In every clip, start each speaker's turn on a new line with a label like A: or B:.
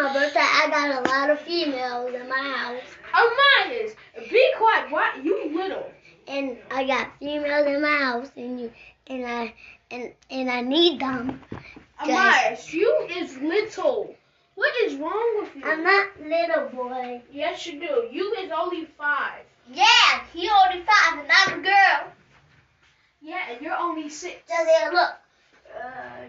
A: I got a lot of females in my house,
B: Oh, mine is. Be quiet. Why you little?
A: and I got females in my house, and you, and I, and and I need them.
B: Elias, you is little. What is wrong with you?
A: I'm not little boy.
B: Yes, you do. You is only five.
A: Yeah, he only five, and I'm a girl.
B: Yeah, and you're only six.
A: Jalea, look,
B: Uh,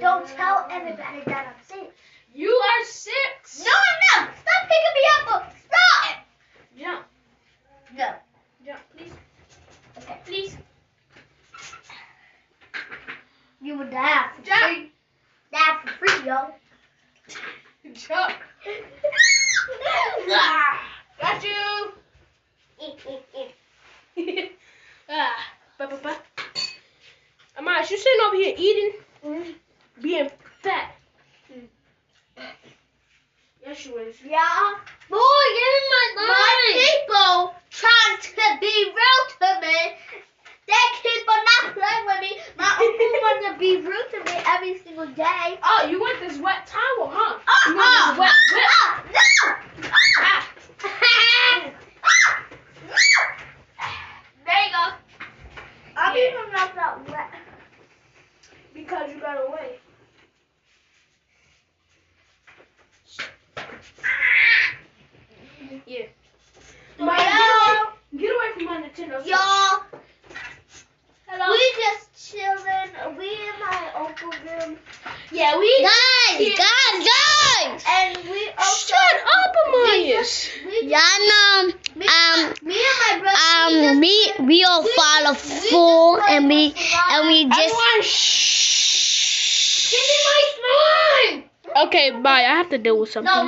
A: don't tell everybody that I'm sick.
B: You are six.
A: No, I'm not. Stop picking me up. Stop.
B: Jump,
A: No.
B: jump, please.
A: Okay.
B: Please.
A: You would die for free.
B: Jump.
A: Die for free, yo.
B: Jump. Got you. ah, ba ba ba. Amaz, you sitting over here eating, being fat.
A: Mm.
B: Yes, you is.
A: yeah. Boy, give me my money. My people trying to be real to me. They keep on not playing with me. My uncle wants to be rude to me every single day.
B: Oh, you want this wet towel, huh?
A: Uh-uh.
B: You want
A: Uh,
B: this wet whip?
A: no. Uh.
B: Ah,
A: Uh-uh. There you go.
B: I'll be
A: even not that wet.
B: because you got away. Yeah. My, get, away, get away from my Nintendo. Switch.
A: Y'all,
B: Hello.
A: we just chilling. We in my uncle room,
B: yeah, we.
C: Guys,
B: Yeah.
C: guys, guys!
A: and we also
B: Shut up, Amarius.
A: we
C: Y'all know,
A: me,
C: um,
A: me and my brother.
C: um,
A: we
C: we we all follow fool and we and we just.
B: Everyone, shh. Give me my slime. Okay, bye. I have to deal with something.
A: No,